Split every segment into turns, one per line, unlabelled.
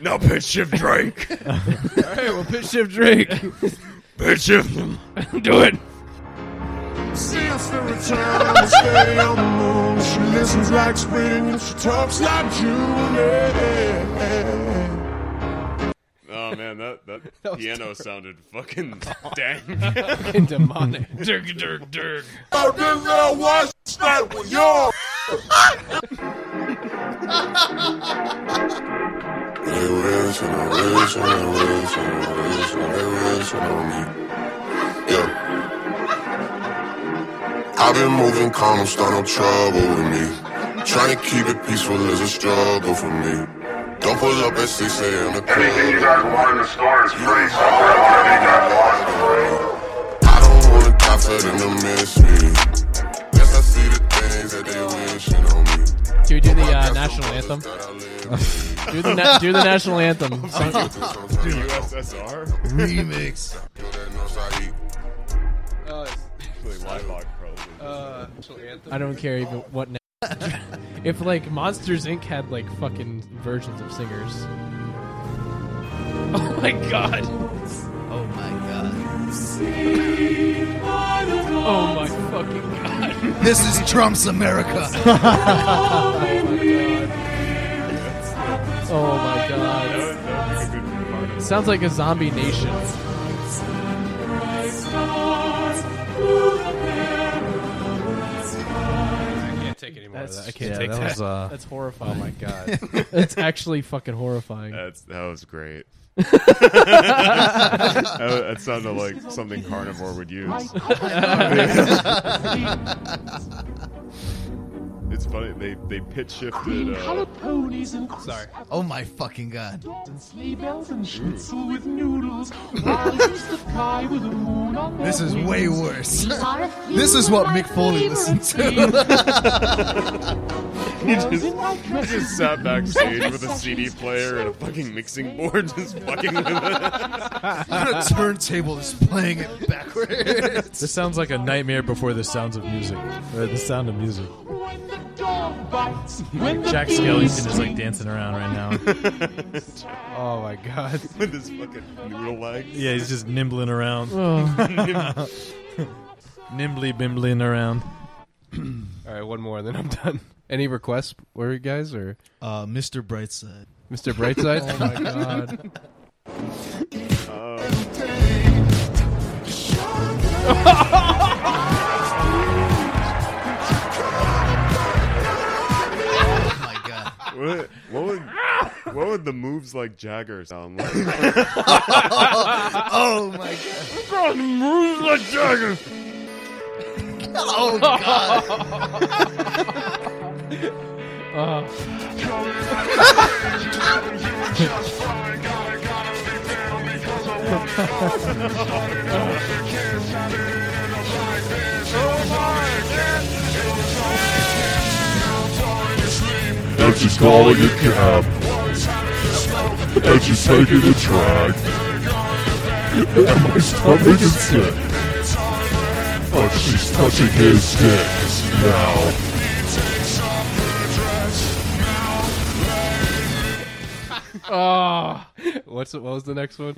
Now pitch shift Drake.
All right, well, pitch shift Drake.
pitch shift him. Do it.
Since the return of the stay on the moon, she listens like spring and she talks like Julie.
Oh man, that that,
was
piano sounded fucking dang.
Fucking demonic.
dirk, dirk, dirk.
Oh, this girl was that with your. Yeah. I've been moving calm, start no trouble with me. Trying to keep it peaceful is a struggle for me. Don't pull up at 6 a.m. to
Anything you
club.
guys want in the store is free, so whatever you guys want is free.
I don't wanna die for them to miss me. Guess I see the things that they wishing on me.
Do we do the uh, national anthem?
That I live
Do the, na- do the national anthem. Song-
with. Sometimes I don't
USSR.
Remix.
feel that knows I eat.
Actually, Livelock probably.
I don't care even what. Na- if like Monsters Inc. had like fucking versions of singers. Oh my god.
Oh my god.
Oh my fucking god.
This is Trump's America.
Oh my god.
that would be a good part of it.
Sounds like a zombie nation.
I can't take any more
That's-
of that. I can't
yeah,
take
that
that.
was uh,
That's horrifying.
my god.
That's actually fucking horrifying.
That's that was great. that, that sounded like something carnivore would use. it's funny they they pitch shifted. Uh,
ponies and
Sorry.
oh my fucking god.
and sleigh bells and schnitzel with noodles. While used to fly with the moon on their
This is
wings.
way worse.
this
This is what Mick Foley listened to.
he just, he just sat backstage with a CD player and a fucking mixing board, just fucking with it.
On a turntable, just playing it backwards.
This sounds like a nightmare before the sounds of music. Or the sound of music.
When the dog bites, when the
Jack
bee
Skellington is like
stings.
dancing around right now.
Oh my god.
with his fucking noodle legs.
Yeah, he's just nimbling around. Oh. Nimbly bimbling around.
All right, one more, then I'm done. Any requests, were you guys or
Uh, Mr. Brightside.
Mr. Brightside? oh my god.
Oh my god.
What, what would what would the moves like Jagger sound like?
Oh my god.
moves like Jagger.
Oh god.
That's just calling a cab. That's just taking a drag. And my stomach is sick. But she's touching his dick now.
Oh, what's the, what was the next one?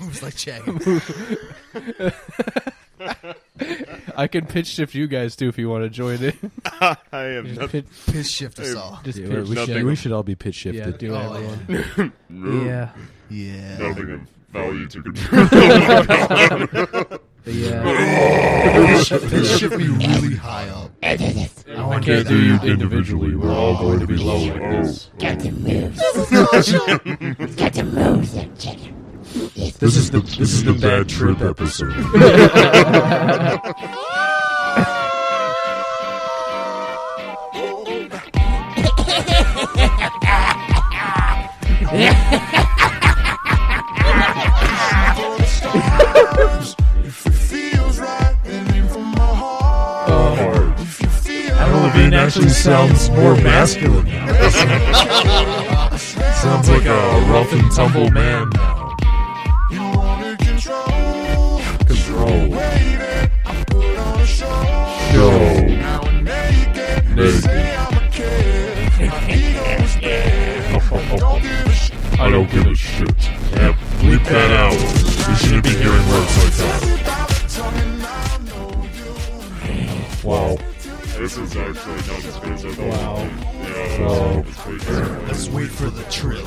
Moves like Jagger.
I can pitch shift you guys too if you want to join it.
I am not.
pitch,
Piss shift us all.
just
Yeah,
pitch.
we, should,
Nothing.
we should all be pitch
yeah,
shifted.
do
Oh,
everyone.
Yeah.
Yeah.
Nothing of value to control.
Piss shift, piss shift me really high up. I want
Can't do you individually. We're all going to be
low
like this.
Got the moves. Got the moves, that chicken.
This is the this is the bad trip episode.
If it feels right, then in from my heart. If you feel right,
Levine actually sounds more masculine now. sounds like a rough and tumble man now.
you wanna control.
Control.
Baby, I put on a show.
Yo.
Now I'm naked. They
Naked.
say I'm a kid. My ego is dead. Don't give a I don't give a shit. Yep, bleep that out. We shouldn't be hearing words like that. Wow.
This is actually not as good as I thought.
Wow.
Yeah,
Wow.
it's pretty good.
Let's wait for the trill.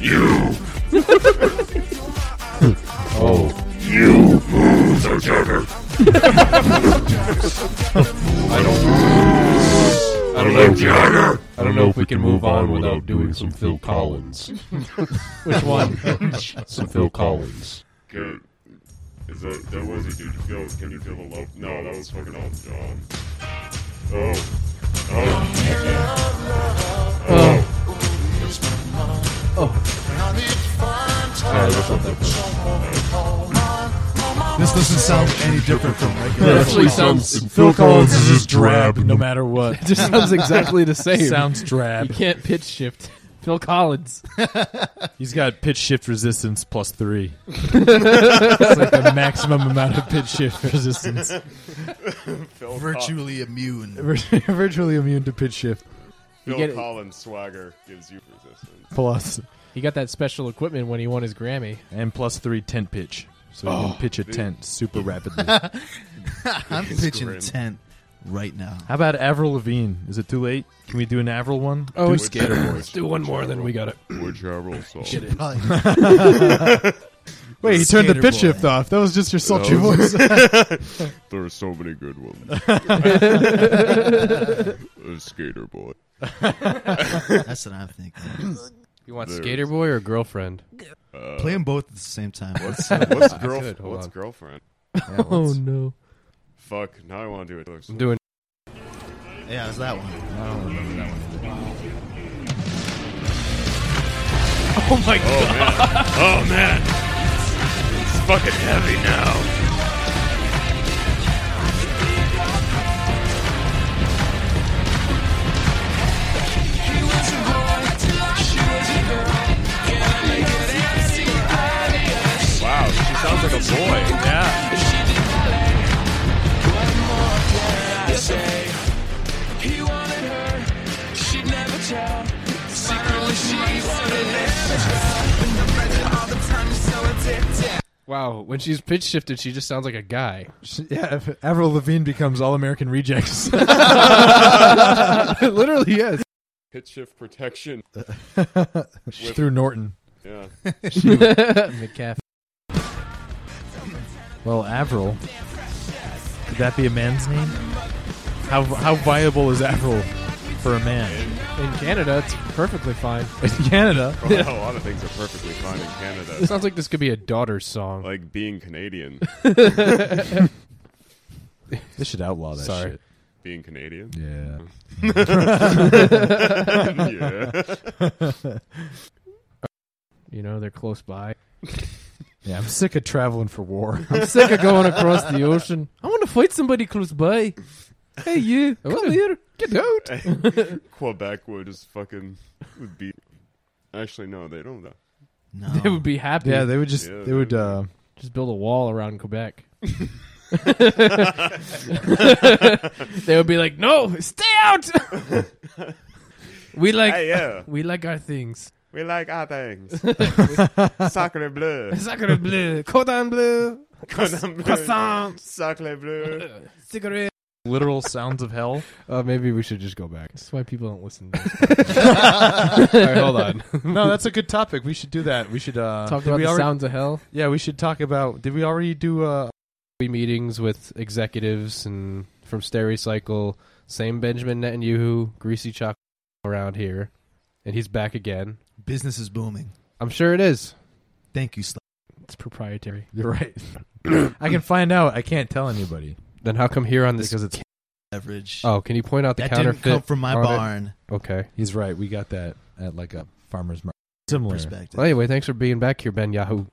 You! oh. You! The Jenner! I don't. I don't know, Jenner!
I don't know if we can move on without doing some Phil Collins.
Which one?
Some Phil Collins.
Good. Is that that was it, dude? Yo, can you feel the love? No, that was fucking Elton John. Oh, oh,
Oh,
Alright, that's not that bad.
This doesn't sound any different from regular.
That actually sounds. Phil Collins is just drab no matter
it
what.
just sounds exactly the same.
sounds
you
drab.
can't pitch shift. Phil Collins.
He's got pitch shift resistance plus three. it's like the maximum amount of pitch shift resistance.
Phil, Col-
Virtually immune.
Virtually immune to pitch shift
Phil
get it.
Collins swagger gives you resistance.
plus
He got that special equipment when he won his Grammy.
and plus three tent pitch. So you can pitch a tent super rapidly.
I'm pitching
grim.
tent right now.
How about Avril Lavigne? Is it too late? Can we do an Avril one?
Oh,
do
it's Let's do one more, then we got it.
Would you roll salt?
Probably-
Wait, he turned the
Skater
pitch
boy.
shift off. That was just your sultry
Oh.
voice.
There are so many good ones. Uh, skater boy.
That's what I'm thinking.
You want
There it
Skater
is.
Boy or Girlfriend?
Uh,
Play them both at the same time.
What's what's
Good,
girlfriend?
hold
What's
on.
girlfriend?
Oh no!
Fuck. Now I want to do it. Looks-
I'm doing.
Yeah, it's that one.
Oh my
Oh man. Oh man. It's fucking heavy now. Wow, she sounds like a boy. Yeah.
Wow, when she's pitch shifted, she just sounds like a guy.
yeah, if Avril Lavigne becomes All American Rejects.
Literally, yes.
Pitch shift protection.
Through Norton.
Yeah.
Midcalf.
Well, Avril. Could that be a man's name? How how viable is Avril for a man?
In Canada, it's perfectly fine.
In Canada.
Well, Oh, a lot of things are perfectly fine in Canada.
sounds like this could be a daughter's song.
Like being Canadian.
They should outlaw that
Sorry.
shit.
Being Canadian?
Yeah.
yeah.
You know, they're close by.
Yeah, I'm sick of traveling for war.
I'm sick of going across the ocean. I want to fight somebody close by. Hey, you, come here. Get out.
Quebec would just fucking would be. Actually, no, they don't. Though.
No.
They would be happy.
yeah, they would just
Yeah,
they would uh
just build a wall around Quebec. they would be like, "No, stay out. we like
Hey, yeah,
we like our things.
we like our things. Sacre bleu,
Sacre bleu, cordon bleu,
Cordon bleu.
croissant,
sacre bleu.
cigarette."
literal sounds of hell.
Uh, maybe we should just go back. That's why people don't listen. To this. All right, hold on.
No, that's a good topic. We should do that. We should uh
Talk
did
about
we
the
already-
sounds of hell.
Yeah, we should talk about did we already do uh
We meetings with executives and from Stericycle. Same Benjamin Netanyahu, greasy chocolate around here, and he's back again.
Business is booming.
I'm sure it is.
Thank you, Sly.
It's proprietary.
You're right. I can find out. I can't tell anybody
Then how come here on this?
because it's.
Leverage.
oh, can you point out the
that didn't
counterfeit?
come from my
on it?
barn
Okay.
He's right. We got that at like a farmer's market. Similar.
perspective.
Well, anyway, thanks for being back here, Ben Yahoo.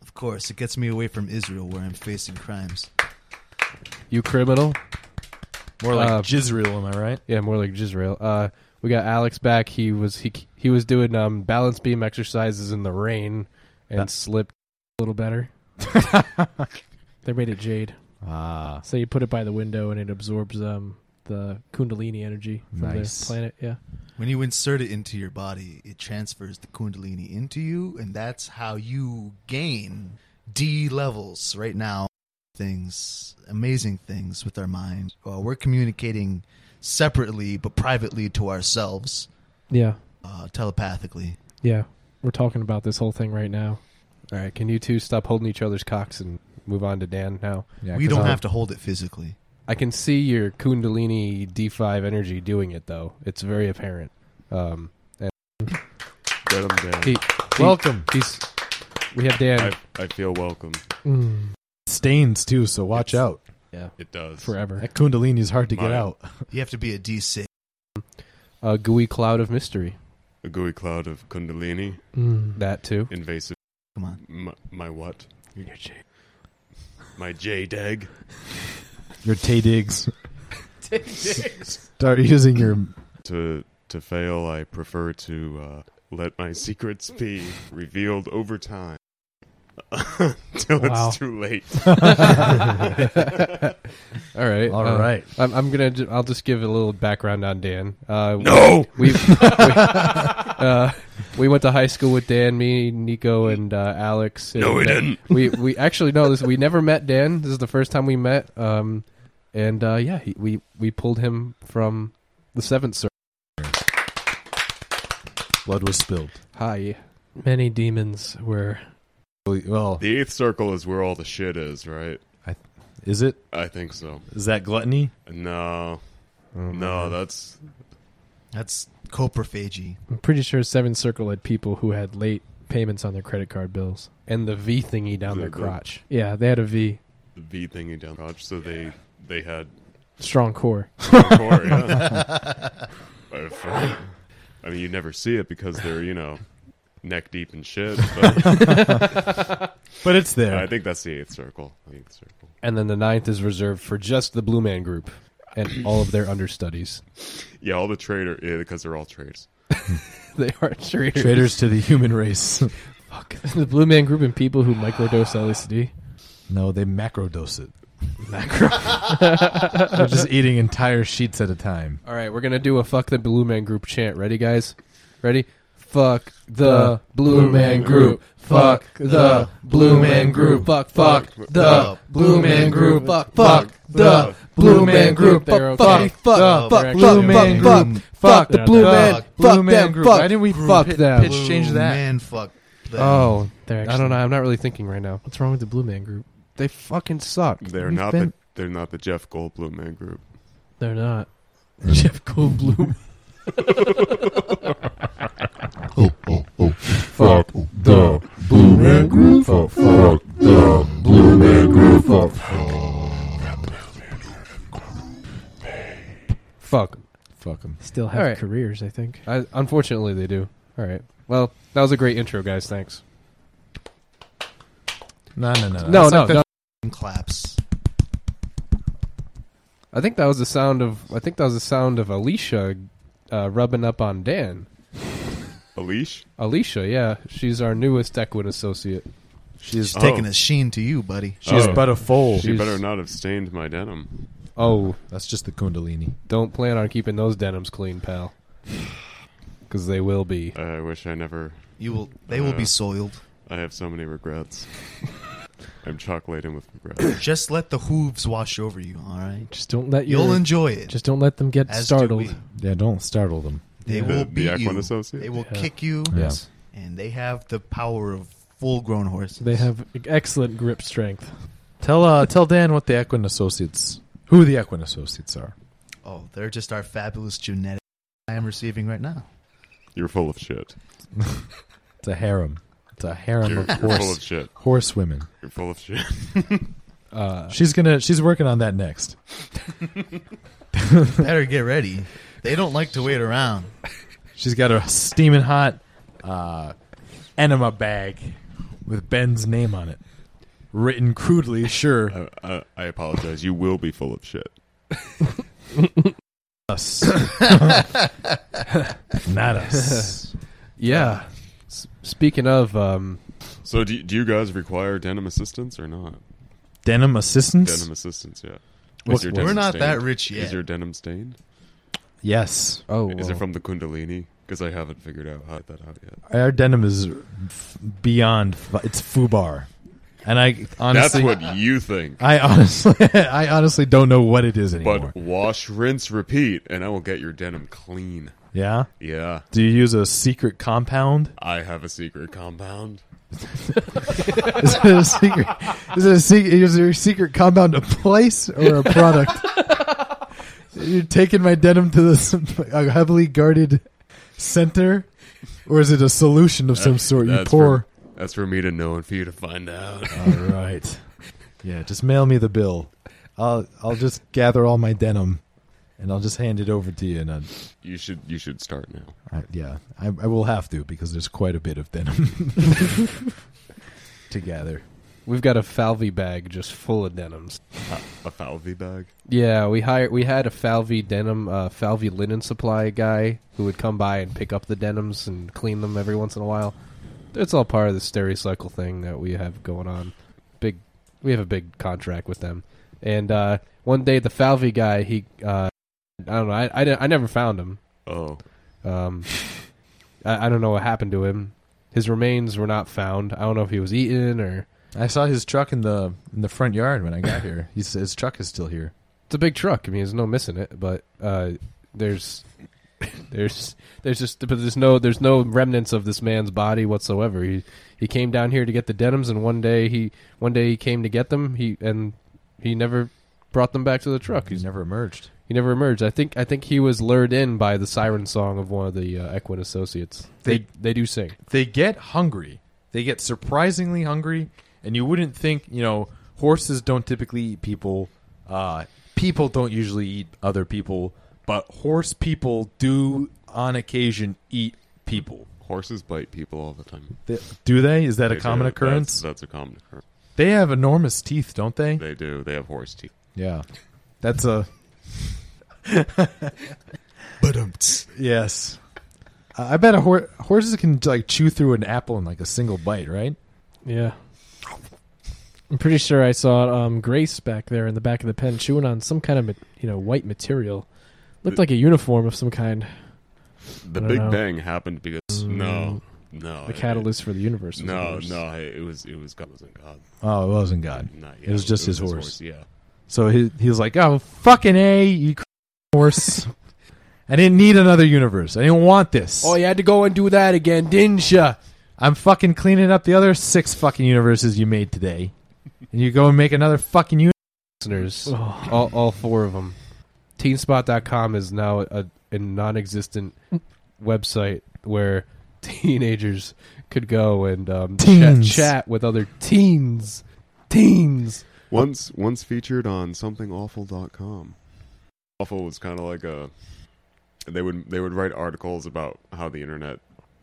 Of course, it gets me away from Israel where I'm facing crimes.
You criminal.
More like
Uh,
Jisrael, am I right?
Yeah, more like Jisrael. Uh, we got Alex back. He was he he was doing um balance beam exercises in the rain and
That-
slipped a little better. they made it jade,
Ah.
so you put it by the window and it absorbs um
the Kundalini energy from
Nice.
the planet. Yeah.
When you insert it into your body, it transfers the Kundalini into you, and that's how you gain D levels right now. Things, amazing things with our mind. Uh, we're communicating separately but privately to ourselves,
Yeah.
uh, telepathically.
Yeah. We're talking about this whole thing right now.
All right, can you two stop holding each other's cocks and move on to Dan now?
Yeah,
we
'cause
don't
I'm-
have to hold it physically.
I can see your Kundalini D5 energy doing it though. It's very apparent. Um, and
Get him down.
he,
Welcome.
he's we have Dan.
I, I feel welcome.
Stains too, so watch out.
It does.
Forever.
Mm.
That Kundalini is hard to get
Mine.
out.
You have to be a D6.
a gooey cloud of mystery.
A gooey cloud of kundalini,
That too.
invasive.
Come on.
My, my what? My JDEG.
Your Tay Diggs. Start using your.
To to fail, I prefer to uh, let my secrets be revealed over time. Until
Wow.
it's too late.
All right.
All
uh,
right.
I'm, I'm gonna. ju- I'll just give a little background on Dan. Uh,
No!
we we, uh, we went to high school with Dan, me, Nico, and uh, Alex. and
No, we
Dan-
didn't.
We we actually no. This we never met Dan. This is the first time we met. Um, and uh, yeah, he, we we pulled him from the seventh circle.
Blood was spilled.
Hi.
Many demons were.
Well,
The eighth circle is where all the shit is, right?
is it?
I think so.
Is that gluttony?
No, no, that's
That's coprophagy.
I'm pretty sure Seven Circle had people who had late payments on their credit card bills.
And the V thingy down
The-
their
the-
crotch.
Yeah, they had a V,
the V thingy down the crotch. So they they had
strong core.
hardcore, yeah. If, uh, I mean, you never see it because they're you know neck deep in shit. But
But it's there.
I think that's the eighth circle. The eighth circle.
And then the ninth is reserved for just the Blue Man Group and all of their understudies.
Yeah, all the trader yeah, because they're all traders.
They are traitors.
Traitors to the human race.
the Blue Man Group and people who microdose LSD.
no, they macrodose it. Macro. They're just eating entire sheets at a time.
All right, we're gonna do a fuck the Blue Man Group chant. Ready, guys? Ready? Fuck the Blue Man Group. Fuck the Blue Man Group. Fuck fuck the Blue Man Group. Fuck fuck the Blue Man Group.
They're
Fuck fuck
okay. They're
fuck fuck
actually
fuck
Blue
fuck
Man
fuck
Group.
fuck the
Fuck
Blue
the
Man.
Blue
Fuck
Man
them.
Group.
Fuck
Why didn't we
fuck
pit-
them?
pitch change that?
Man, fuck. Them.
Oh,
They're
I don't know. I'm not really thinking right now.
What's wrong with the Blue Man Group?
They fucking suck.
They're
We've
not
been-
the they're not the Jeff Goldblum man group.
They're not. Jeff Goldblum.
Oh, oh, oh.
Fuck
Fuck the Blue Man Group. Fuck, fuck the Blue Man Group. Fuck,
fuck. 'em.
Fuck them.
Still have
All right.
careers, I think.
I, unfortunately, they do. All right. Well, that was a great intro, guys. Thanks.
No, no, no.
Uh,
No,
That's
no,
like the-
no.
Claps.
I think that was the sound of I think that was the sound of Alicia uh, rubbing up on Dan.
Alish?
Alicia, yeah, she's our newest Equin associate.
She's
Oh.
Taking a sheen to you, buddy.
she's
Oh.
but a foal.
She better not have stained my denim.
Oh,
That's just the Kundalini.
don't plan on keeping those denims clean, pal, because they will be.
I wish I never.
You will. They will be
Uh.
soiled.
I have so many regrets. I'm chocolating with regrets.
Just let the hooves wash over you. All right.
Just don't let your,
You'll enjoy it.
Just don't let them get
as do
startled.
we.
Yeah, don't startle them.
They
The-
will
the
beat
Aquan
you.
Associate?
They will
Yeah.
kick you.
Yes.
And they have the power of full-grown horses.
They have excellent grip strength.
Tell uh, tell Dan what the Equin Associates, who the Equin Associates are.
Oh, they're just our fabulous genetic. I am receiving right now.
You're full of shit.
It's a harem. It's a harem
You're,
of
you're full of
horse
shit.
horse women.
You're full of shit.
Uh,
She's gonna. She's working on that next.
Better get ready. They don't like to wait around.
She's got a steaming hot uh, enema bag with Ben's name on it, written crudely. Sure,
I, I, I apologize. You will be full of shit.
us, not us.
yeah. S- speaking of, um,
So, do, do you guys require denim assistance or not?
Denim assistance.
Denim assistance, yeah. Is your
We're
denim
not
stained?
that rich yet.
Is your denim stained?
Yes.
Oh,
Is it
well.
from the Kundalini? Because I haven't figured out how to get that out yet.
Our denim is f- beyond. fu- It's fubar, and I honestly,
That's what you think.
I honestly, I honestly don't know what it is anymore.
But wash, rinse, repeat, and I will get your denim clean.
yeah.
Yeah,
Do you use a secret compound?
I have a secret compound.
Is it a secret? Is it a secret? Is your secret compound a place or a product? You're taking my denim to this a heavily guarded center, or is it a solution of some sort? You
That's
pour.
For, that's for me to know and for you to find out.
All right. Yeah, just mail me the bill. I'll I'll just gather all my denim, and I'll just hand it over to you. And i
you should you should start now.
I, yeah, I, I will have to because there's quite a bit of denim to gather.
We've got a Falvey bag just full of denims.
A Falvey bag.
Yeah, we hired. We had a Falvey denim, uh, Falvey linen supply guy who would come by and pick up the denims and clean them every once in a while. It's all part of the Stericycle thing that we have going on. Big, we have a big contract with them. And uh, one day, the Falvey guy, he, uh, I don't know, I, I, di- I never found him.
Oh,
Um, I, I don't know what happened to him. His remains were not found. I don't know if he was eaten or.
I saw his truck in the in the front yard when I got here. He's, his truck is still here.
it's a big truck. I mean, there's no missing it, but uh, there's there's there's just but there's no there's no remnants of this man's body whatsoever. He he came down here to get the denims, and one day he one day he came to get them. He and he never brought them back to the truck.
He's
He's,
never emerged.
he never emerged. I think I think he was lured in by the siren song of one of the uh, Equin associates. They
They-
they do sing.
They get hungry. They get surprisingly hungry, and you wouldn't think you know horses don't typically eat people. Uh, people don't usually eat other people, but horse people do on occasion eat people.
horses bite people all the time.
They- do they? Is that
They
a common
do.
occurrence?
That's, that's a common occurrence.
They have enormous teeth, don't they?
They do. They have horse teeth.
Yeah. That's a
But um,
yes. I I bet a hor- horses can like chew through an apple in like a single bite, right?
Yeah. I'm pretty sure I saw um, Grace back there in the back of the pen chewing on some kind of ma- you know white material. Looked like a uniform of some kind.
The
don't
Big
know.
Bang happened because no, no,
Mm.
The
it-
catalyst for the universe.
it-
was
No,
ours.
no, it, it was it was God. It wasn't God.
Oh, it wasn't God.
Not yet.
It was just his horse.
Yeah.
So he he was like, "Oh, fucking a, you cr- horse! I didn't need another universe. I didn't want this.
Oh, you had to go and do that again, didn't ya?
I'm fucking cleaning up the other six fucking universes you made today, and you go and make another fucking universe.
listeners,
Oh.
all, all four of them. Teenspot.com is now a, a non-existent website where teenagers could go and um, chat,
Teens.
chat with other teens. Teens.
Once once featured on somethingawful.com. Awful was kind of like a they would they would write articles about how the internet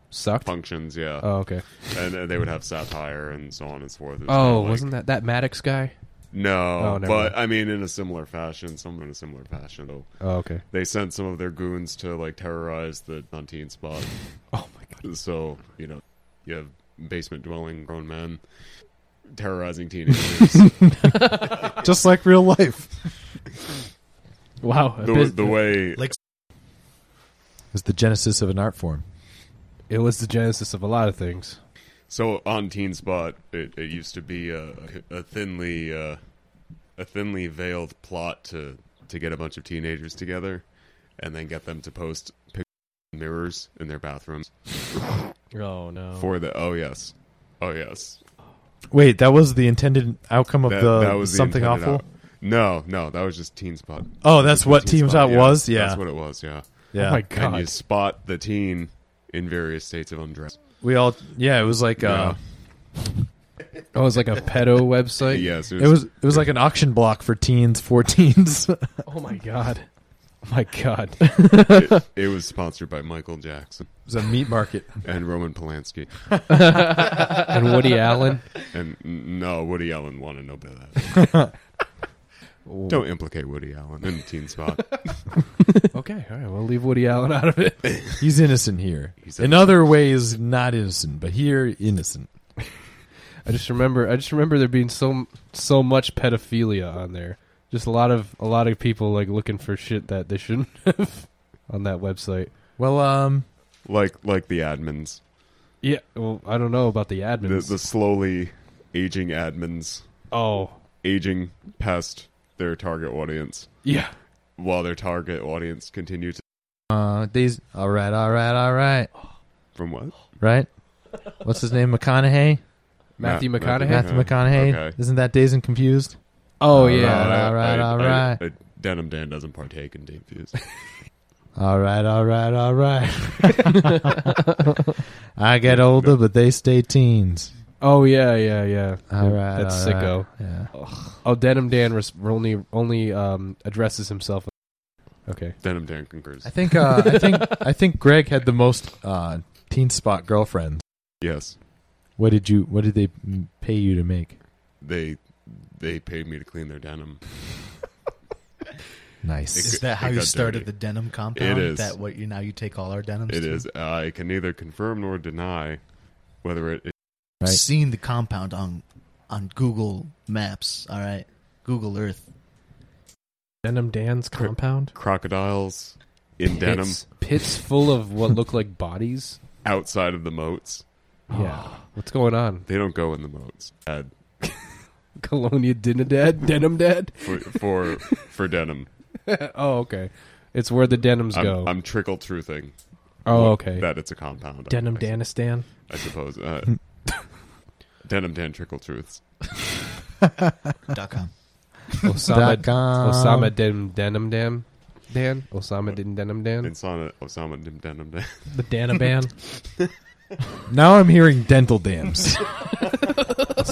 Sucked.
functions, yeah,
Oh, okay.
and, and they would have satire and so on and so forth. It's kinda
Oh,
like-
wasn't that that Maddox guy?
no,
Oh, never
but
mind.
I mean in a similar fashion, someone in a similar fashion. though.
Oh, okay.
They sent some of their goons to like terrorize the non teen spot.
Oh my god.
So you know, you have basement dwelling grown men terrorizing teenagers.
just like real life."
Wow. a
the,
bus-
the way
It was the genesis of an art form.
It was the genesis of a lot of things.
So on Teen Spot, it, it used to be a, a thinly uh, a thinly veiled plot to to get a bunch of teenagers together, and then get them to post pictures of mirrors in their bathrooms
oh no.
for the oh yes, oh yes.
Wait, that was the intended outcome of
That,
the
that was the
something
intended
awful.
out- No, no, that was just Teen Spot.
Oh, that's
Just
what Teen Spot was? Yeah.
that's what it was. Yeah,
Yeah,
Oh my
and you
god.
spot the teen in various states of undress.
we all. Yeah, it was like. Uh,
Oh, it was like a pedo website.
Yes,
It was it was like an auction block for teens, for teens.
Oh my god.
Oh my god.
it, it was sponsored by Michael Jackson
was a meat market.
and Roman Polanski.
and Woody Allen.
And n- no, Woody Allen wanted no bit of that.
Oh,
Don't implicate Woody Allen in Teen Spot.
Okay, all right. We'll leave Woody Allen out of it.
He's innocent here.
He's
In other ways, not innocent, but here, innocent.
I just remember I just remember there being so so much pedophilia on there. Just a lot of a lot of people like looking for shit that they shouldn't have on that website.
Well, um,
like like the admins,
Yeah, well, I don't know about the
the,
admins.
the slowly aging admins,
oh,
aging past their target audience,
yeah.
while their target audience continue to
Uh, these. All right, all right, all right.
from what
Right? What's his name? McConaughey?
Matthew
Ma-
McConaughey?
Matthew McConaughey.
Okay.
Isn't that Dazed and Confused?
Oh
yeah.
yeah.
Alright. all right,
I-
all
I-
right.
I- Denim Dan doesn't partake in Deep Views.
All right, all right, all right. I get older, but they stay teens.
Oh yeah, yeah, yeah.
All right.
That's
all right.
sicko.
Yeah.
Oh, Denim Dan res- only only um, addresses himself. Okay.
Denim Dan concurs.
I think uh, I think I think Greg had the most uh, teen spot girlfriends.
Yes,
What did you what did they m- pay you to make?
they they paid me to clean their denim.
Nice.
Is
It-
that how
it
you
got
started
dirty.
the denim compound?
is.
That what you now you take all our denims.
It
to?
is. I can neither confirm nor deny whether it
Right.
I've seen the compound on on Google Maps. All right, Google Earth.
Denim Dan's compound.
crocodiles in denim
Pits, pits full of what look like bodies.
outside of the moats.
Yeah. What's going on?
They don't go in the moats. Uh, Ad
Colonia Dinadad? Denim Dad?
for for, for denim.
oh, okay. It's where the denims
I'm,
go.
I'm trickle truthing.
oh, okay.
That it's a compound. I-
Denim
I,
Danistan.
I suppose. Uh, denim Dan trickle truths.
dot com.
Osama,
Dot com.
Osama Denim Denim Dan? Dan? Osama Din Denim Dan?
Insana Osama oh, Dim Denim Dan.
The Danaban.
Now I'm hearing dental dams.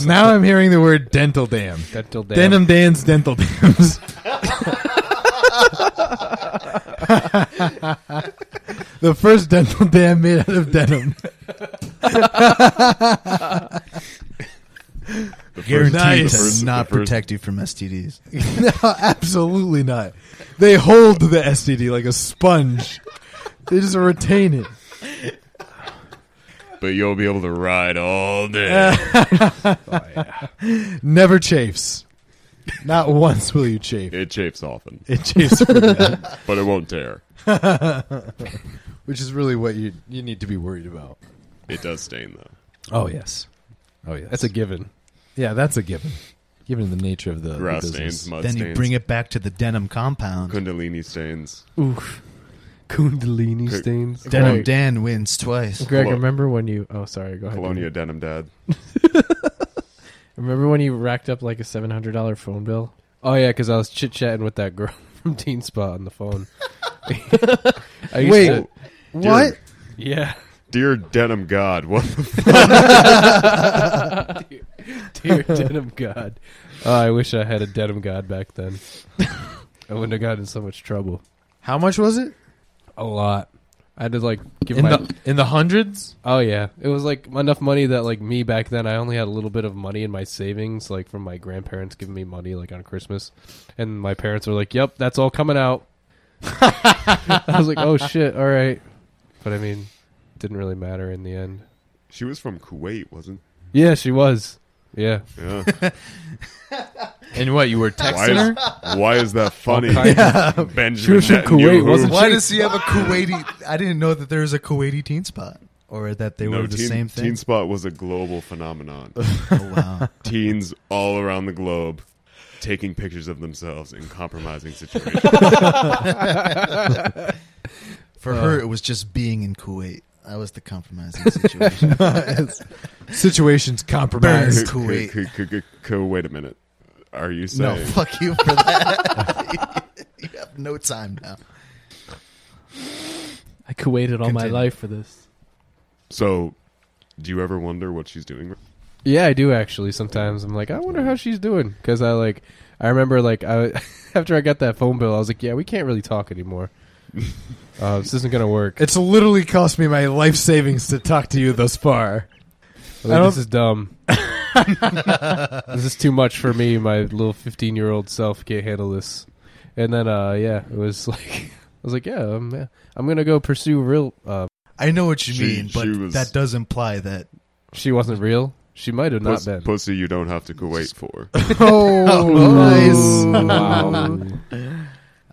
now I'm hearing the word dental dam.
Dental Dan.
Denim Dan's dental dams.
the first dental dam made out of denim.
The first-
Guaranteed
the
to
first-
not
the first-
protect you from STDs.
no, absolutely not. They hold the STD like a sponge. They just retain it.
But you'll be able to ride all day.
Never chafes. Not once will you chafe.
it chafes often,
It chafes, pretty bad,
but it won't tear.
which is really what you you need to be worried about.
It does stain though.
Oh yes. Oh yes.
That's a given.
yeah, that's a given. Given the nature of the, the
Grass
business.
stains, mud
then
stains,
you bring it back to the denim compound.
Kundalini stains.
Oof. Kundalini
Good.
stains.
Denim
Right.
Dan wins twice.
Greg,
Colo-
remember when you? Oh, sorry. Go ahead.
Colonia denim dad.
Remember when you racked up like a seven hundred dollar phone bill?
Oh yeah, because I was chit chatting with that girl from Teen Spot on the phone. I used
Wait.
to-
What?
yeah,
Dear denim god, what the
dear, dear denim god. Oh, I wish I had a denim god back then. I wouldn't have gotten in so much trouble.
How much was it?
A lot. I had to like give
In
my.
the in the hundreds?
oh yeah, it was like enough money that like me back then. I only had a little bit of money in my savings, like from my grandparents giving me money like on Christmas, and my parents were like, "Yep, that's all coming out." I was like, "Oh shit, all right," but I mean, didn't really matter in the end.
She was from Kuwait, wasn't?
Yeah, she was. Yeah.
Yeah.
And what you were
Why
texting her?
is, why is that funny?
kinds
Benjamin
She was from
Netanyahu.
Kuwait, wasn't
Why does he have a Kuwaiti? I didn't know that there was a Kuwaiti teen spot, or that they
No,
were the
teen,
same thing.
Teen Spot was a global phenomenon.
oh wow!
Teens all around the globe taking pictures of themselves in compromising situations.
For her,
Uh.
it was just being in Kuwait. That was the compromising situation.
Situations compromised.
Burn. Kuwait.
Ku- ku- ku- ku- wait a minute. Are you
no,
saying
fuck you for that. you have no time now.
I waited all my
Continue.
life for this.
so? Do you ever wonder what she's doing?
Yeah, I do actually. Sometimes I'm like, I wonder how she's doing because I like, I remember like I after I got that phone bill, I was like, yeah, we can't really talk anymore. uh, this isn't gonna work.
It's literally cost me my life savings to talk to you thus far.
Like,
I
this is dumb. this is too much for me. My little 15 year old self can't handle this. And then, uh, yeah, it was like, I was like, yeah, um, yeah I'm gonna go pursue real. Uh,
I know what you
She-
mean, but
she was-
that does imply that
she wasn't real. She might have not
Puss-
been.
Pussy you don't have to go wait for.
Oh, nice.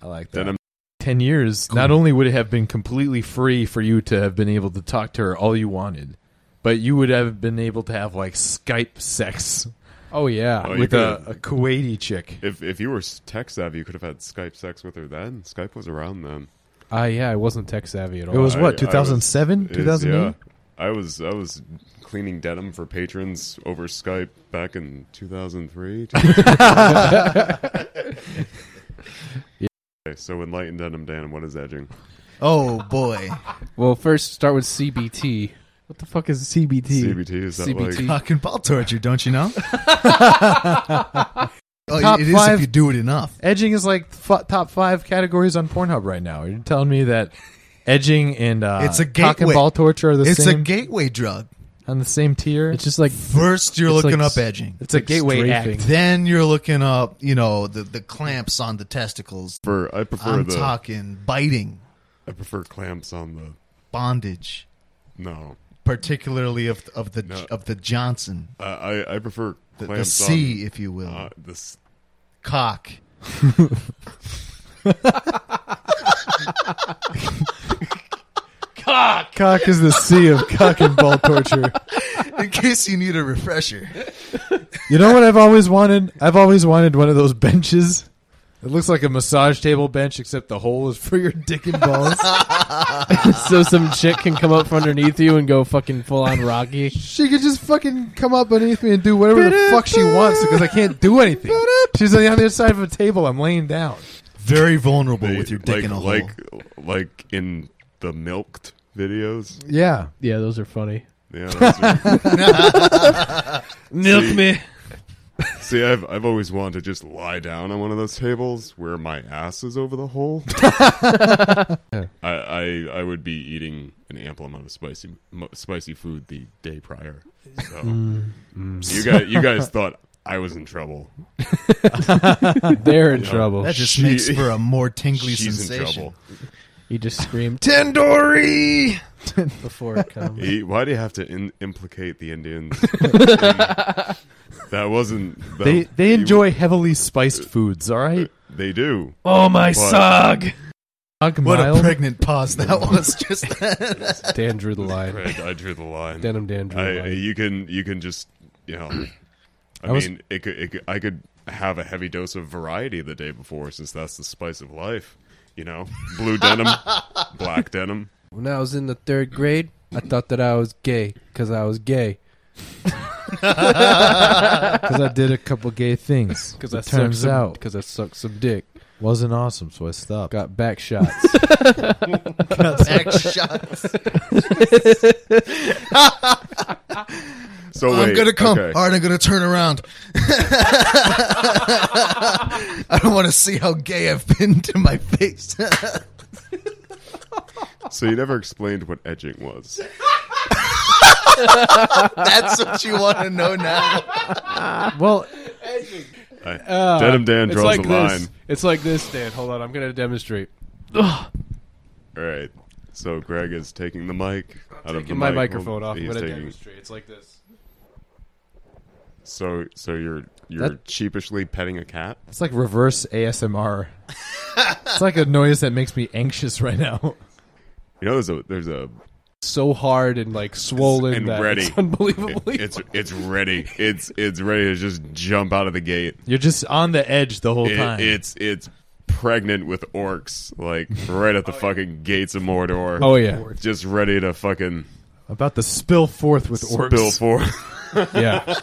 I like
then um,
that.
I'm
10 years, not only would it have been completely free for you to have been able to talk to her all you wanted, but you would have been able to have like Skype sex
Oh yeah.
Oh, you
with a,
could've-
a Kuwaiti chick.
if if you were s- tech savvy, you could have had Skype sex with her then. Skype was around then.
Ah yeah. I wasn't tech savvy at all.
It was
I- I
what
was-
2007,
Is-
2008.
I was I was cleaning denim for patrons over Skype back in 2003. 2004. Okay, so enlightened denim, Dan. What is edging?
Oh boy,
well, first start with CBT.
What the fuck is CBT?
CBT is that
CBT.
like?
fucking ball torture, don't you know? oh,
Top
it is
five-
if you do it enough.
Edging is like f- top five categories on Pornhub right now. You're telling me that edging and uh,
It's a
cock and
gateway.
ball torture are the
It's a
same
gateway drug.
on the same tier?
It's just like
First, you're
It's
looking
like
up edging.
It's a gateway
strafing.
act.
Then you're looking up, you know, the, the clamps on the testicles.
For I prefer
I'm
the
talking biting,
I prefer clamps on the
bondage,
no.
particularly of of the
No.
of the Johnson,
I I, I prefer
the,
clamps
the C, if you will,
on uh, the s-
cock.
Cock is the sea of cock and ball torture.
In case you need a refresher,
You know what I've always wanted? I've always wanted one of those benches. It looks like a massage table bench, except the hole is for your dick and balls.
so some chick can come up from underneath you and go fucking full on Rocky.
She could just fucking come up beneath me and do whatever the fuck she wants because I can't do anything.
She's on the other side of a table. I'm laying down.
very vulnerable Oh, with
they-
your dick
like,
in a hole.
like like in the milked videos.
Yeah.
Yeah, those are funny.
Yeah. those are-
Milk me.
See, I've I've always wanted to just lie down on one of those tables where my ass is over the hole. I, I I would be eating an ample amount of spicy mo- spicy food the day prior. So
Mm.
you guys you guys thought I was in trouble.
They're in
Yeah.
trouble.
that just
She-
makes for a more tingly
She's in
sensation.
trouble.
You just scream
Tandoori.
before it comes.
He- why do you have to in- implicate the Indians? that wasn't that-
They they
he-
enjoy heavily spiced foods, all right?
They do.
Oh my
But-
sog!
Hog
What a
mild.
pregnant pause that was just
Dan drew the line.
Craig, I drew the line.
Denim Dan drew the
I,
line.
you can you can just you know I,
I was-
mean it could, it could I could have a heavy dose of variety the day before since that's the spice of life you know blue denim black denim
When I was in the third grade, I thought that I was gay because I was gay.
Because I did a couple gay things.
Because I
it turns out
because I sucked some dick.
wasn't awesome, so I stopped.
Got back shots.
X shots.
so
I'm
wait,
gonna come.
okay.
All right, I'm gonna turn around. I don't want to see how gay I've been to my face.
so you never explained what edging was
That's what you want to know now.
Well,
I, denim Dan draws
Ah, like
the line
This. It's like this, Dan. Hold on, I'm gonna demonstrate.
all right so Greg is taking the mic out of the
Get my
mic.
microphone off. I'm
He's
gonna
taking,
demonstrate. It's like this.
so so you're you're cheapishly petting a cat
it's like reverse ASMR. it's like a noise that makes me anxious right now.
you know there's a there's a
So hard and like swollen
And
that
ready.
it's unbelievably.
it's it's ready it's it's ready to just jump out of the gate
You're just on the edge the whole
It-
time.
it's it's pregnant with orcs, like right at the fucking gates of Mordor.
oh yeah,
just ready to fucking
about to spill forth with orcs.
spill forth.
yeah.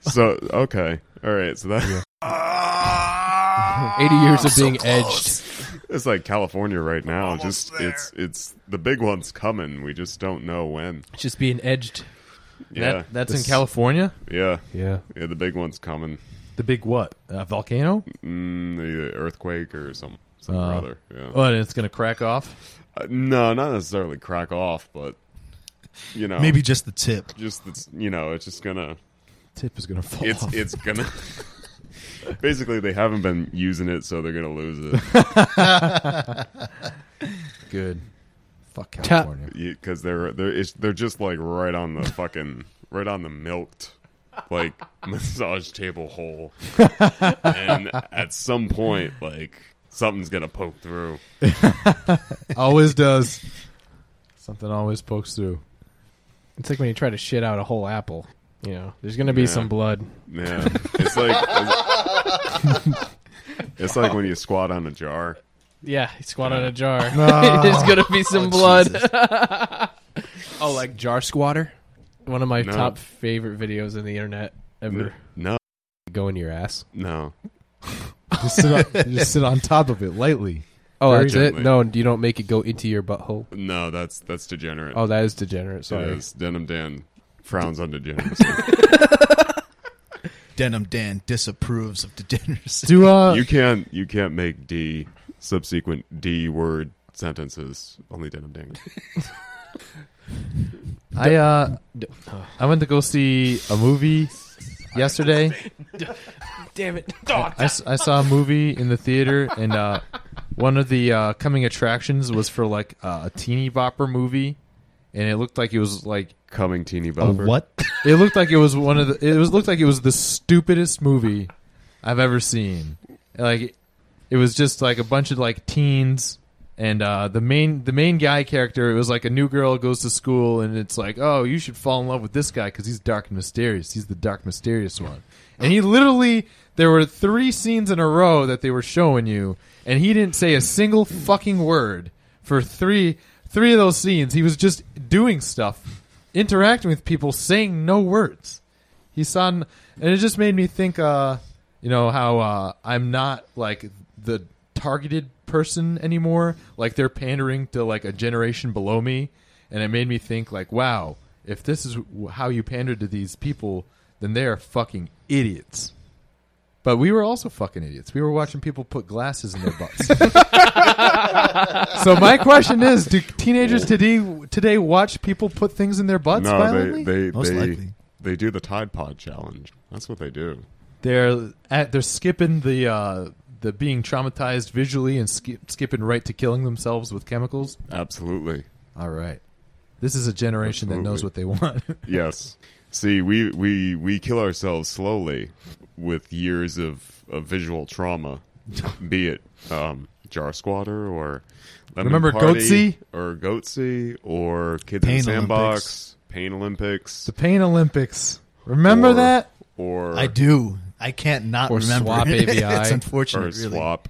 so okay, all right. So that
Eighty years of being edged.
it's like California right now. just it's it's the big one's coming. We just don't know when.
Just being edged.
Yeah,
That, that's
This-
in California.
Yeah,
Yeah.
yeah. The big one's coming.
The big what? A volcano?
Mm, the earthquake or some some
Uh,
other. Yeah.
Oh, and it's gonna crack off.
Uh, no, not necessarily crack off, but you know,
Maybe just the tip.
just it's, you know, it's just gonna.
Tip is gonna fall
it's
Oh.
off.
it's gonna basically they haven't been using it so they're gonna lose it
good. Fuck California.
because they're they're it's, they're just like right on the fucking right on the milked like massage table hole, and at some point like something's gonna poke through.
always does. Something always pokes through.
It's like when you try to shit out a whole apple. You know, there's gonna be
Yeah.
some blood.
Yeah, it's like it's- it's like when you squat on a jar.
Yeah, he squat on a jar.
No.
there's gonna be some
Oh,
blood.
Jesus.
Oh, like Jar Squatter?
One of my
No.
top favorite videos in the internet ever.
No,
Go in your ass.
no,
Just sit on, you just sit on top of it lightly.
Oh,
Very
that's
gently.
it? No, you don't make it go into your butthole.
no. That's that's degenerate.
Oh, that is degenerate. Sorry.
It is. Denim Dan frowns on degeneracy.
Denim Dan disapproves of degeneracy.
Do uh,
you can't you can't make D subsequent D word sentences. Only Denim Dan.
I uh, I went to go see a movie yesterday.
Damn it.
I, s- I saw a movie in the theater, and uh, one of the uh, coming attractions was for like uh, a teeny bopper movie, and it looked like it was like
Coming teeny bopper.
it looked like it was one of the it was looked like it was the stupidest movie I've ever seen. Like it was just like a bunch of like teens and uh, the main the main guy character it was like a new girl goes to school and it's like oh you should fall in love with this guy because he's dark and mysterious he's the dark mysterious one and he literally there were three scenes in a row that they were showing you and he didn't say a single fucking word for three three of those scenes he was just doing stuff interacting with people saying no words he saw n- and it just made me think uh you know how uh i'm not like the targeted person anymore like they're pandering to like a generation below me and it made me think like wow if this is w- how you pander to these people then they're fucking idiots but we were also fucking idiots we were watching people put glasses in their butts so my question is do teenagers today today watch people put things in their butts
no,
violently
they they
Most
they,
likely.
they do the Tide Pod challenge. That's what they do.
They're at, they're skipping the uh, the being traumatized visually and skip, skipping right to killing themselves with chemicals.
Absolutely.
All right, this is a generation that knows what they want.
Yes. See, we we we kill ourselves slowly with years of, of visual trauma, be it um, Jar Squatter or Lemon
Remember
Party
Goatsy?
or Goatsy or Kids in
Pain
the Sandbox, Pain Olympics.
the Pain Olympics. Remember
or-
that?
or
I do. I can't not
Or
remember.
Swap AVI.
it's unfortunate,
or
really.
Swap.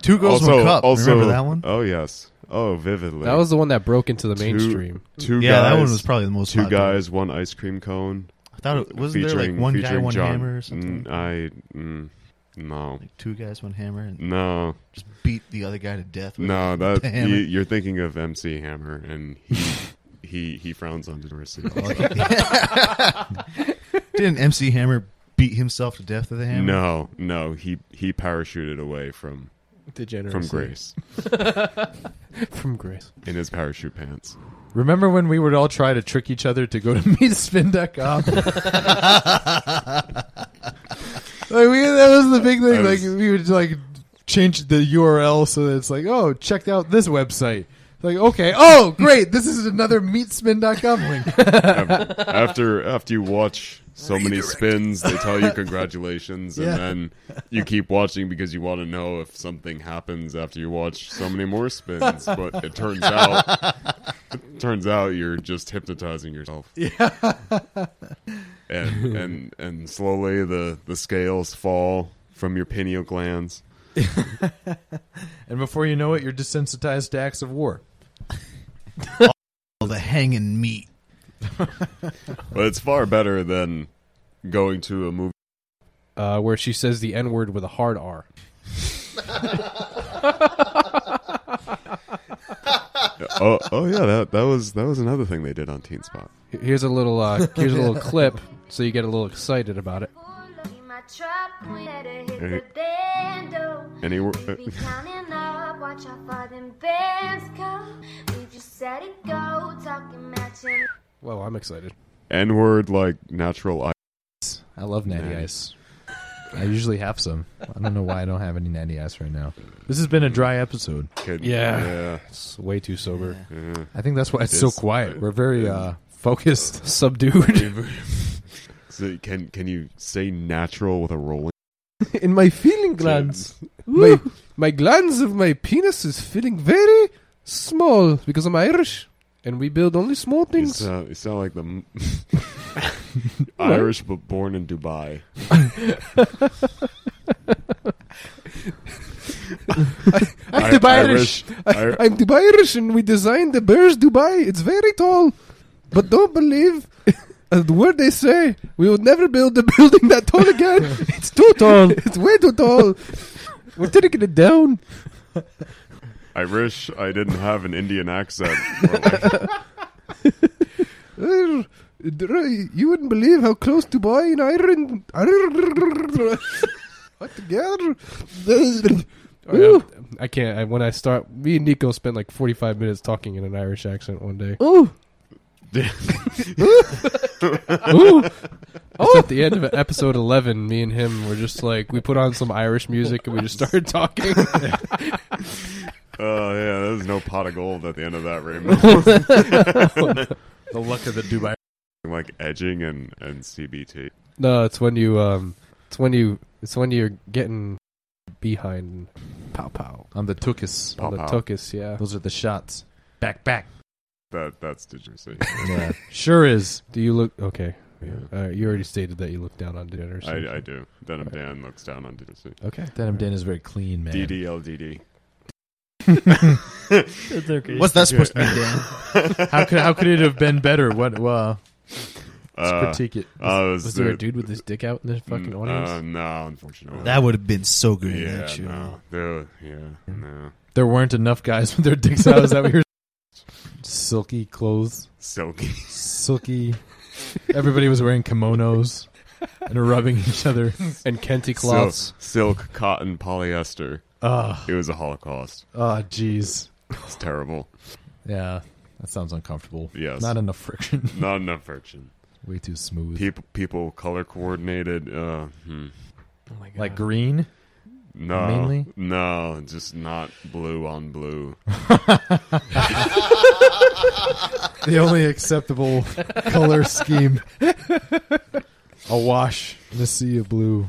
Two girls,
also,
one cup.
also,
remember that one?
Oh yes. Oh, vividly.
That was the one that broke into the
two,
mainstream.
Two
yeah,
guys,
that one was probably the most.
two
popular.
guys, one ice cream cone.
I thought it wasn't there like
featuring-
one guy,
featuring
one
John-
hammer or something.
Mm, I mm, no.
Like two guys, one hammer, and
No,
just beat the other guy to death. With
no, that
the
you,
hammer.
you're thinking of MC Hammer, and he he he frowns on diversity.
Oh, Didn't MC Hammer beat himself to death with a hammer?
no, no, he he parachuted away from
Degenerate.
from Grace
From Grace.
in his parachute pants.
Remember when we would all try to trick each other to go to meetspin.com? like we, that was the
I
big thing.
was-
like we would like change the URL so that it's like, oh, checked out this website. Like, okay, oh, great, this is another meetspin.com link.
After after you watch so many spins, they tell you congratulations,
Yeah.
and then you keep watching because you want to know if something happens after you watch so many more spins. But it turns out, it turns out you're just hypnotizing yourself. and and and slowly the the scales fall from your pineal glands.
and before you know it, you're desensitized to acts of war.
Oh, the hanging meat.
But it's far better than going to a movie.
Uh, where she says the N word with a hard R.
Oh, oh yeah, that that was that was another thing they did on Teen Spot.
H- Here's a little uh, here's a little clip so you get a little excited about it.
Any- Any wor-
Be counting up, watch how far them bands come. We just set it go, talking matching.
Well, I'm excited.
N word like natural
I love natty
Natty.
ice. I usually have some. I don't know why I don't have any natty ice right now. This has been a dry episode.
Could-
Yeah.
yeah.
It's way too sober.
yeah.
I think that's why it's so
It's-
quiet. We're very uh, focused.
Subdued.
So can can you say natural with a rolling?
In my feeling glands. my, my glands of my penis is feeling very small because I'm Irish and we build only small
You
things.
sound, you sound uh, like the m- Irish, but born in Dubai.
I'm Dubai Irish.
Ir-
I, am Dubai Irish and we designed the Bears Dubai. It's very tall. But don't believe a word they say. We would never build a building that tall again. it's too tall. It's way too tall. We're taking it down.
I wish I didn't have an Indian accent. Oh, Well, like,
Uh, You wouldn't believe how close Dubai and Ireland are what together. Ooh. Oh, I can't. I, when I start, me and Nico spent like 45 minutes talking in an Irish accent one day. Ooh. Ooh. It's at the end of episode 11, me and him were just like, we put on some Irish music and we just started talking.
oh yeah, there's no pot of gold at the end of that rainbow.
the luck of the Dubai.
like edging and and CBT.
no, it's when you, um, it's when you, it's when you're getting behind pow pow.
I'm the Tukis.
Pow
on the
pow.
Tuckus, yeah.
Those are the shots. Back, back.
That that's degeneracy.
Yeah. sure is.
Do you look okay?
Yeah.
Uh, you already stated that you look down on dinners.
I, I do. Denim Dan looks down on degeneracy.
Okay.
Denim Dan is very clean, man.
DDLDD.
It's okay.
What's that supposed to mean, Dan?
How could how could it have been better? What? Uh, let's
Uh,
critique it.
I was,
Was there
uh,
a dude with his dick out in the fucking
mm,
audience?
Uh, no, unfortunately.
That would have been so good.
yeah,
actually.
no, dude, yeah, no.
There weren't enough guys with their dicks out. Is that what you're? Silky clothes,
Silky.
silky. Everybody was wearing kimonos and rubbing each other.
And Kenty
Silk,
cloths.
silk, cotton, polyester.
Oh,
It was a holocaust.
oh, jeez.
It's terrible.
Yeah, that sounds uncomfortable.
Yes.
Not enough friction.
Not enough friction.
Way too smooth.
People, people color coordinated. Uh, hmm.
oh my god.
Like green.
No,
Mainly?
no, just not blue on blue.
the only acceptable color scheme. A wash in a sea of blue.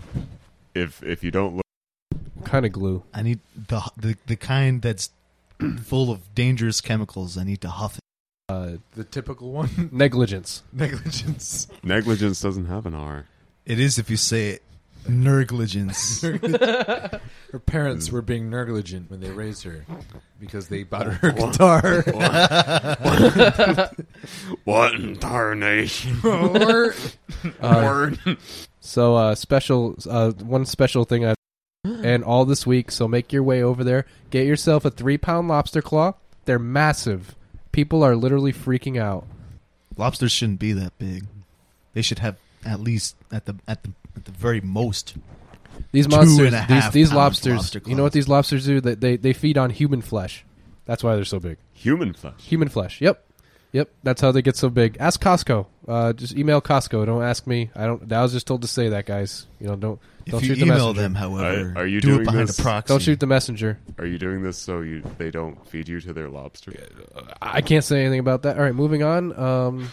If if you don't look,
kind of glue.
I need the, the the kind that's full of dangerous chemicals. I need to huff it.
Uh,
The typical one.
negligence.
Negligence.
negligence doesn't have an R.
It is if you say it. Negligence.
Her parents were being negligent when they raised her because they bought her a guitar.
What in tarnation?
or
Uh, so uh, special. Uh, one special thing I and all this week. So make your way over there. Get yourself a three pound lobster claw. They're massive. People are literally freaking out.
Lobsters shouldn't be that big. They should have at least at the at the at the very most.
These
Two
monsters.
and a
These,
half
these
pounds
lobsters.
lobster
you know what
claws.
these lobsters do? They, they they feed on human flesh. That's why they're so big.
Human flesh.
Human flesh. Yep. Yep, that's how they get so big. Ask Costco. Uh, just email Costco. Don't ask me. I don't. I was just told to say that, guys. You know, don't
If
don't
you
shoot the
email
messenger.
them, however,
Are- are you
do
doing
it behind
this?
a proxy.
Don't shoot the messenger.
Are you doing this so you they don't feed you to their lobster?
I can't say anything about that. All right, moving on. Um,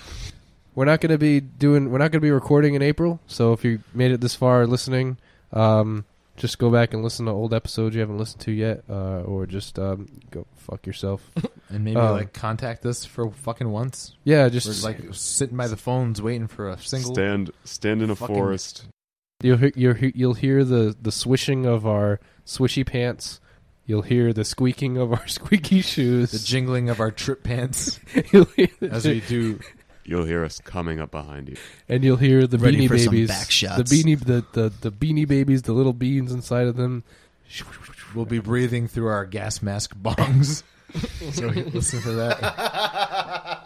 we're not going to be doing. We're not going to be recording in April. So if you made it this far listening, um, just go back and listen to old episodes you haven't listened to yet, uh, or just um, go fuck yourself.
and maybe
Um,
like contact us for fucking once.
Yeah,
We're
just
like sitting by the phones waiting for a single.
Stand stand in a
Fucking-
forest.
You'll hear, you'll hear, you'll hear the, the swishing of our swishy pants. You'll hear the squeaking of our squeaky shoes.
The jingling of our trip pants
you'll hear the
as
jing-
we do.
You'll hear us coming up behind you.
and you'll hear the
Ready
beanie
for some
babies,
back shots.
the beanie, the, the the beanie babies, the little beans inside of them.
We'll be breathing through our gas mask bongs. so listen for that.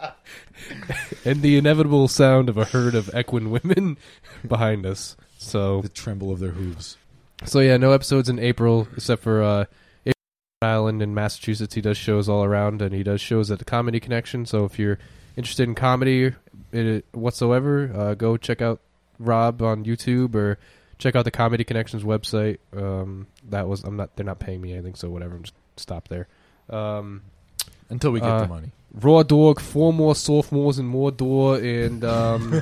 and the inevitable sound of a herd of equine women behind us. So,
The tremble of their hooves.
so yeah, no episodes in April except for uh, April Island in Massachusetts. He does shows all around, and he does shows at the Comedy Connection. So if you're interested in comedy it, whatsoever, uh, go check out Rob on YouTube or Check out the Comedy Connections website. Um, that was I'm not. They're not paying me anything, so whatever. I'm just stop there. Um,
until we get
Uh,
the money.
Raw Dog, four more sophomores and more door, and um,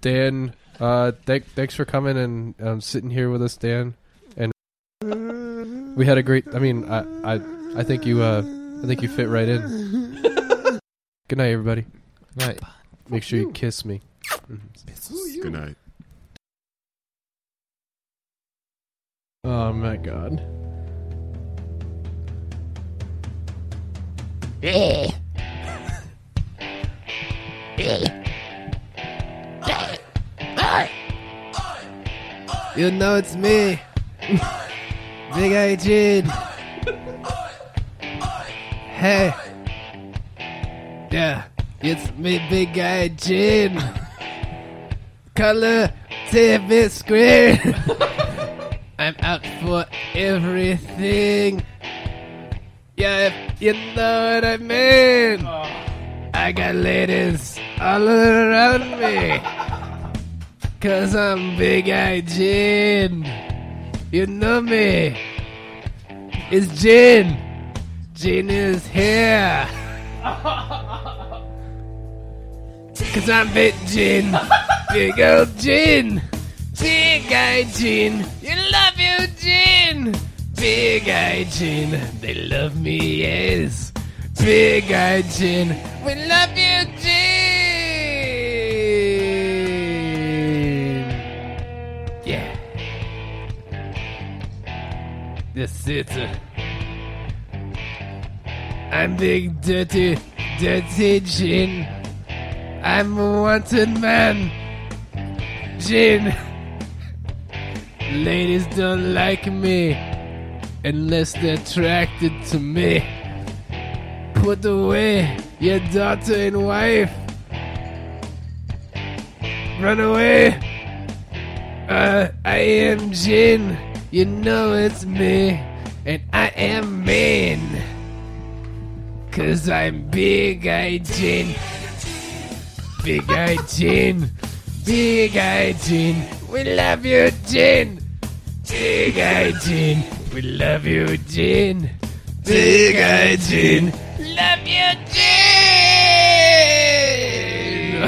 Dan, uh, thank, thanks for coming and um, sitting here with us, Dan. And we had a great. I mean, I, I, I think you, uh, I think you fit right in. Good night, everybody.
Right.
Make sure you kiss me.
Good night.
Oh my god.
Eh. Eh. Ah.
You know it's me, Big Eye Jid. Hey, yeah, it's me, Big Eye Jid. Color TV screen. I'm out for everything. Yeah, if you know what I mean. I got ladies all around me. Cause I'm Big Eye Jin. You know me. It's Jin. Jin is here. Cause I'm Big Jin. Big old Jin. Big Eye Jin. You love you, Jin. Big Eye Jin. They love me, yes. Big Eye Jin. We love you, Jin. Yeah. This is a. I'm big, dirty, dirty Jin. I'm a wanted man. Jin. Ladies don't like me unless they're attracted to me. Put away your daughter and wife. Run away. Uh, I am Jin. You know it's me. And I am man. Cause I'm big eyed Jin. Big eyed Jin. Big eyed Jin. We love you, Jin. Big eyed Jin. We love you, Jin. Big eyed Jin. Love you, Jin.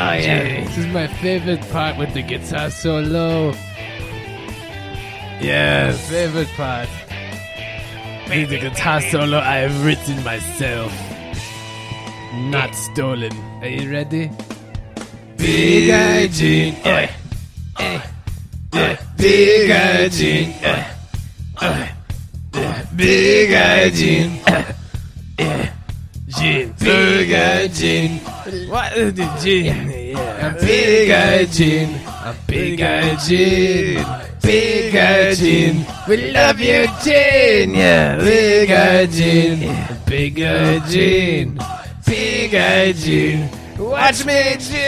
Oh yeah, this is my favorite part with the guitar solo. Yes, favorite part. With the guitar solo I have written myself, not stolen. Are you ready? Big Eye Jean, oi, oi, oi. Big Eye Jean, oi, oi, oi. Big Eye Jean, oi, oi. Jean, Big Eye Jean. What is the gin? Yeah. A big eye gin. A big eye gin. Big eye gin. We love you, gin. Yeah. Big eye gin. Big eye gin. Big eye gin. Watch me, gin.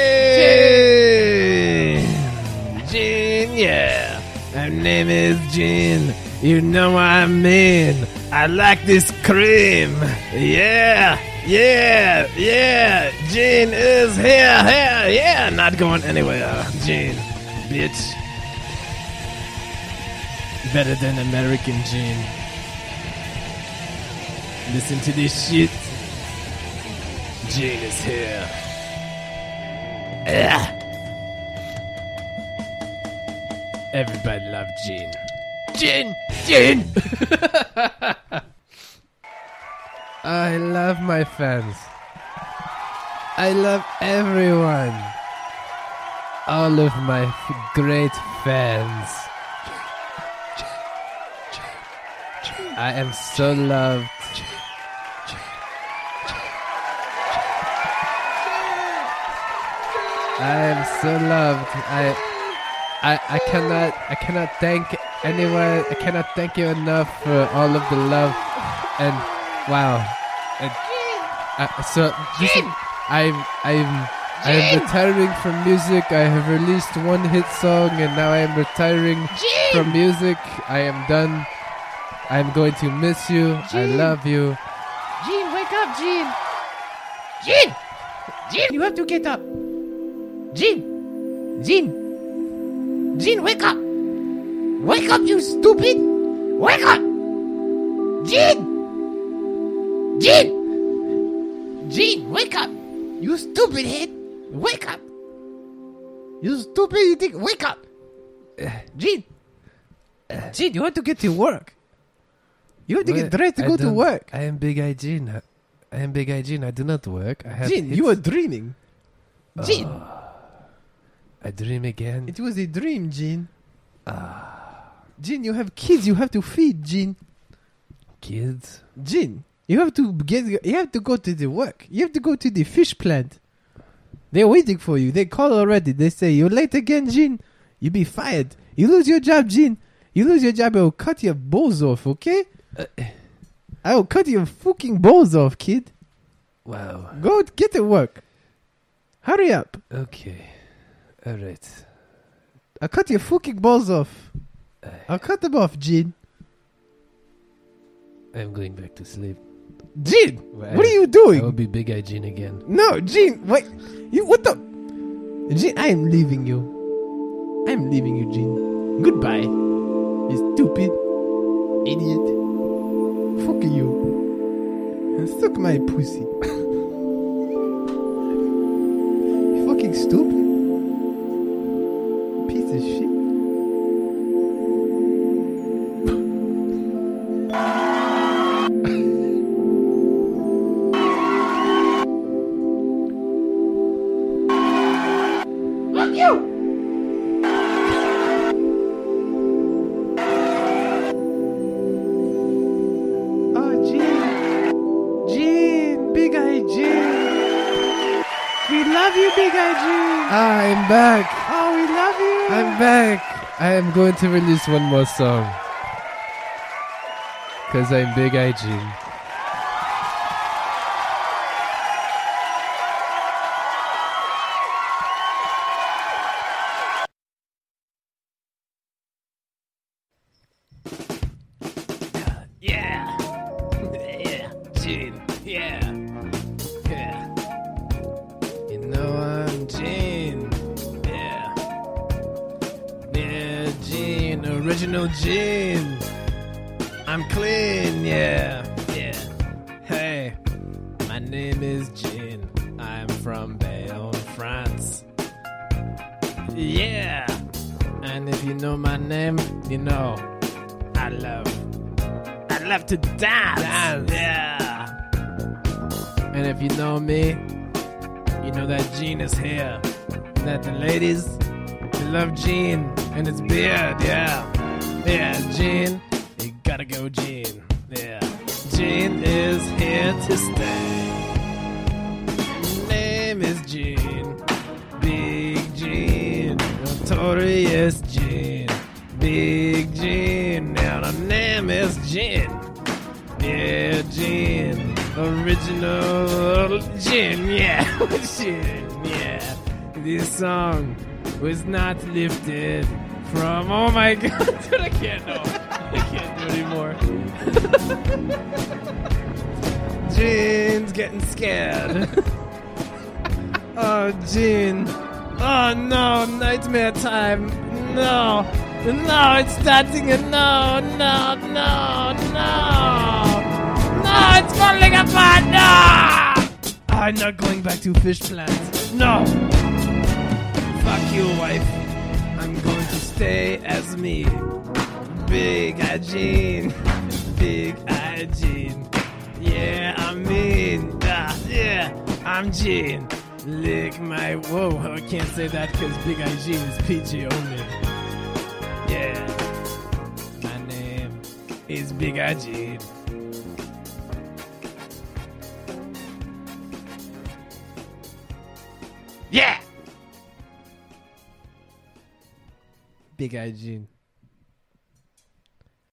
Gin, yeah. My name is Gin. You know what I mean. I like this cream. Yeah, yeah, yeah. Gin is here, here, yeah. Not going anywhere. Gin, bitch. Better than American Gin. Listen to this shit. Gin is here. Ah. Everybody love gin. Gin! Gin! I love my fans. I love everyone. All of my f- great fans. I am so loved. I am so loved. I I, I cannot I cannot thank anyone I cannot thank you enough for all of the love and wow and, uh, so this is, I'm I'm I am retiring from music. I have released one hit song and now I am retiring from music. I am done. I am going to miss you. I love you.
Jean, wake up, Jean! Jean! Jean! You have to get up!
Jean! Jean! Jean, wake up! Wake up, you stupid! Wake up! Jean! Jean! Jean, wake up! You stupid head! Wake up! You stupid idiot! Wake up! Jean! Jean, you want to get to work! You have to get dressed to go to work!
I am Big Eye Jean. I am Big Eye Jean. I do not work. I have Ah.
Jean, you are dreaming! Jean!
I dream again. Ah.
It was a dream, Jean. Jean, you have kids you have to feed, Jean.
Kids.
Jean, you have to get you have to go to the work. You have to go to the fish plant. They're waiting for you. They call already. They say you're late again, Jean. You be fired. You lose your job, Jean. You lose your job, I will cut your balls off, okay?
Uh,
I will cut your fucking balls off, kid.
Wow.
Go get to work. Hurry up.
Okay. All right.
I'll cut your fucking balls off.
Uh,
I'll cut them off, Jean.
I'm going back to sleep.
Jean,
Well,
what are you
I
doing?
will be Big Eye Jean again.
No, Jean, wait. You what the? Jean, I am leaving you. I am leaving you, Jean. Goodbye. You stupid idiot. Fuck you. And suck my pussy. you fucking stupid. Piece of shit. Fuck you! Oh, Jean. Jean, Big Eye Jean. We love you, Big Eye Jean.
Ah, I'm back.
Oh, we love you.
I'm back. I am going to release one more song. Because I'm Big IG.
Yeah. Yeah. Jean. Yeah. Yeah. You know I'm Jean. Yeah. Yeah, Jean. Original Jean. I'm clean. Yeah. Yeah. Hey. My name is Jean. I'm from Bayonne, France. Yeah. And if you know my name, you know I love I love to dance. Yeah. And if you know me, you know that Gene is here. And that the ladies, they love Gene and his beard. Yeah. Yeah, Gene, you gotta go, Gene. Yeah. Gene is here to stay. Name is Gene. Big Gene. Notorious Gene. Big Gene. Now the name is Gene. Yeah, gin. Original gin, yeah. gin, yeah. This song was not lifted from. Oh my god, dude, I can't know. I can't do it anymore. Gin's getting scared. oh, Gin. Oh no, nightmare time. No. No, it's starting and no, no, no, no. No, it's falling apart. No! I'm not going back to fish plants. No. Fuck you, wife. I'm going to stay as me. Big Eye Jean. Big Eye Jean. Yeah, I'm mean. Ah, yeah, I'm Jean. Lick my. Whoa, I can't say that because Big Eye Jean is PG only. Yeah. My name is Big Eye Jean. Yeah! Big Eye Jean.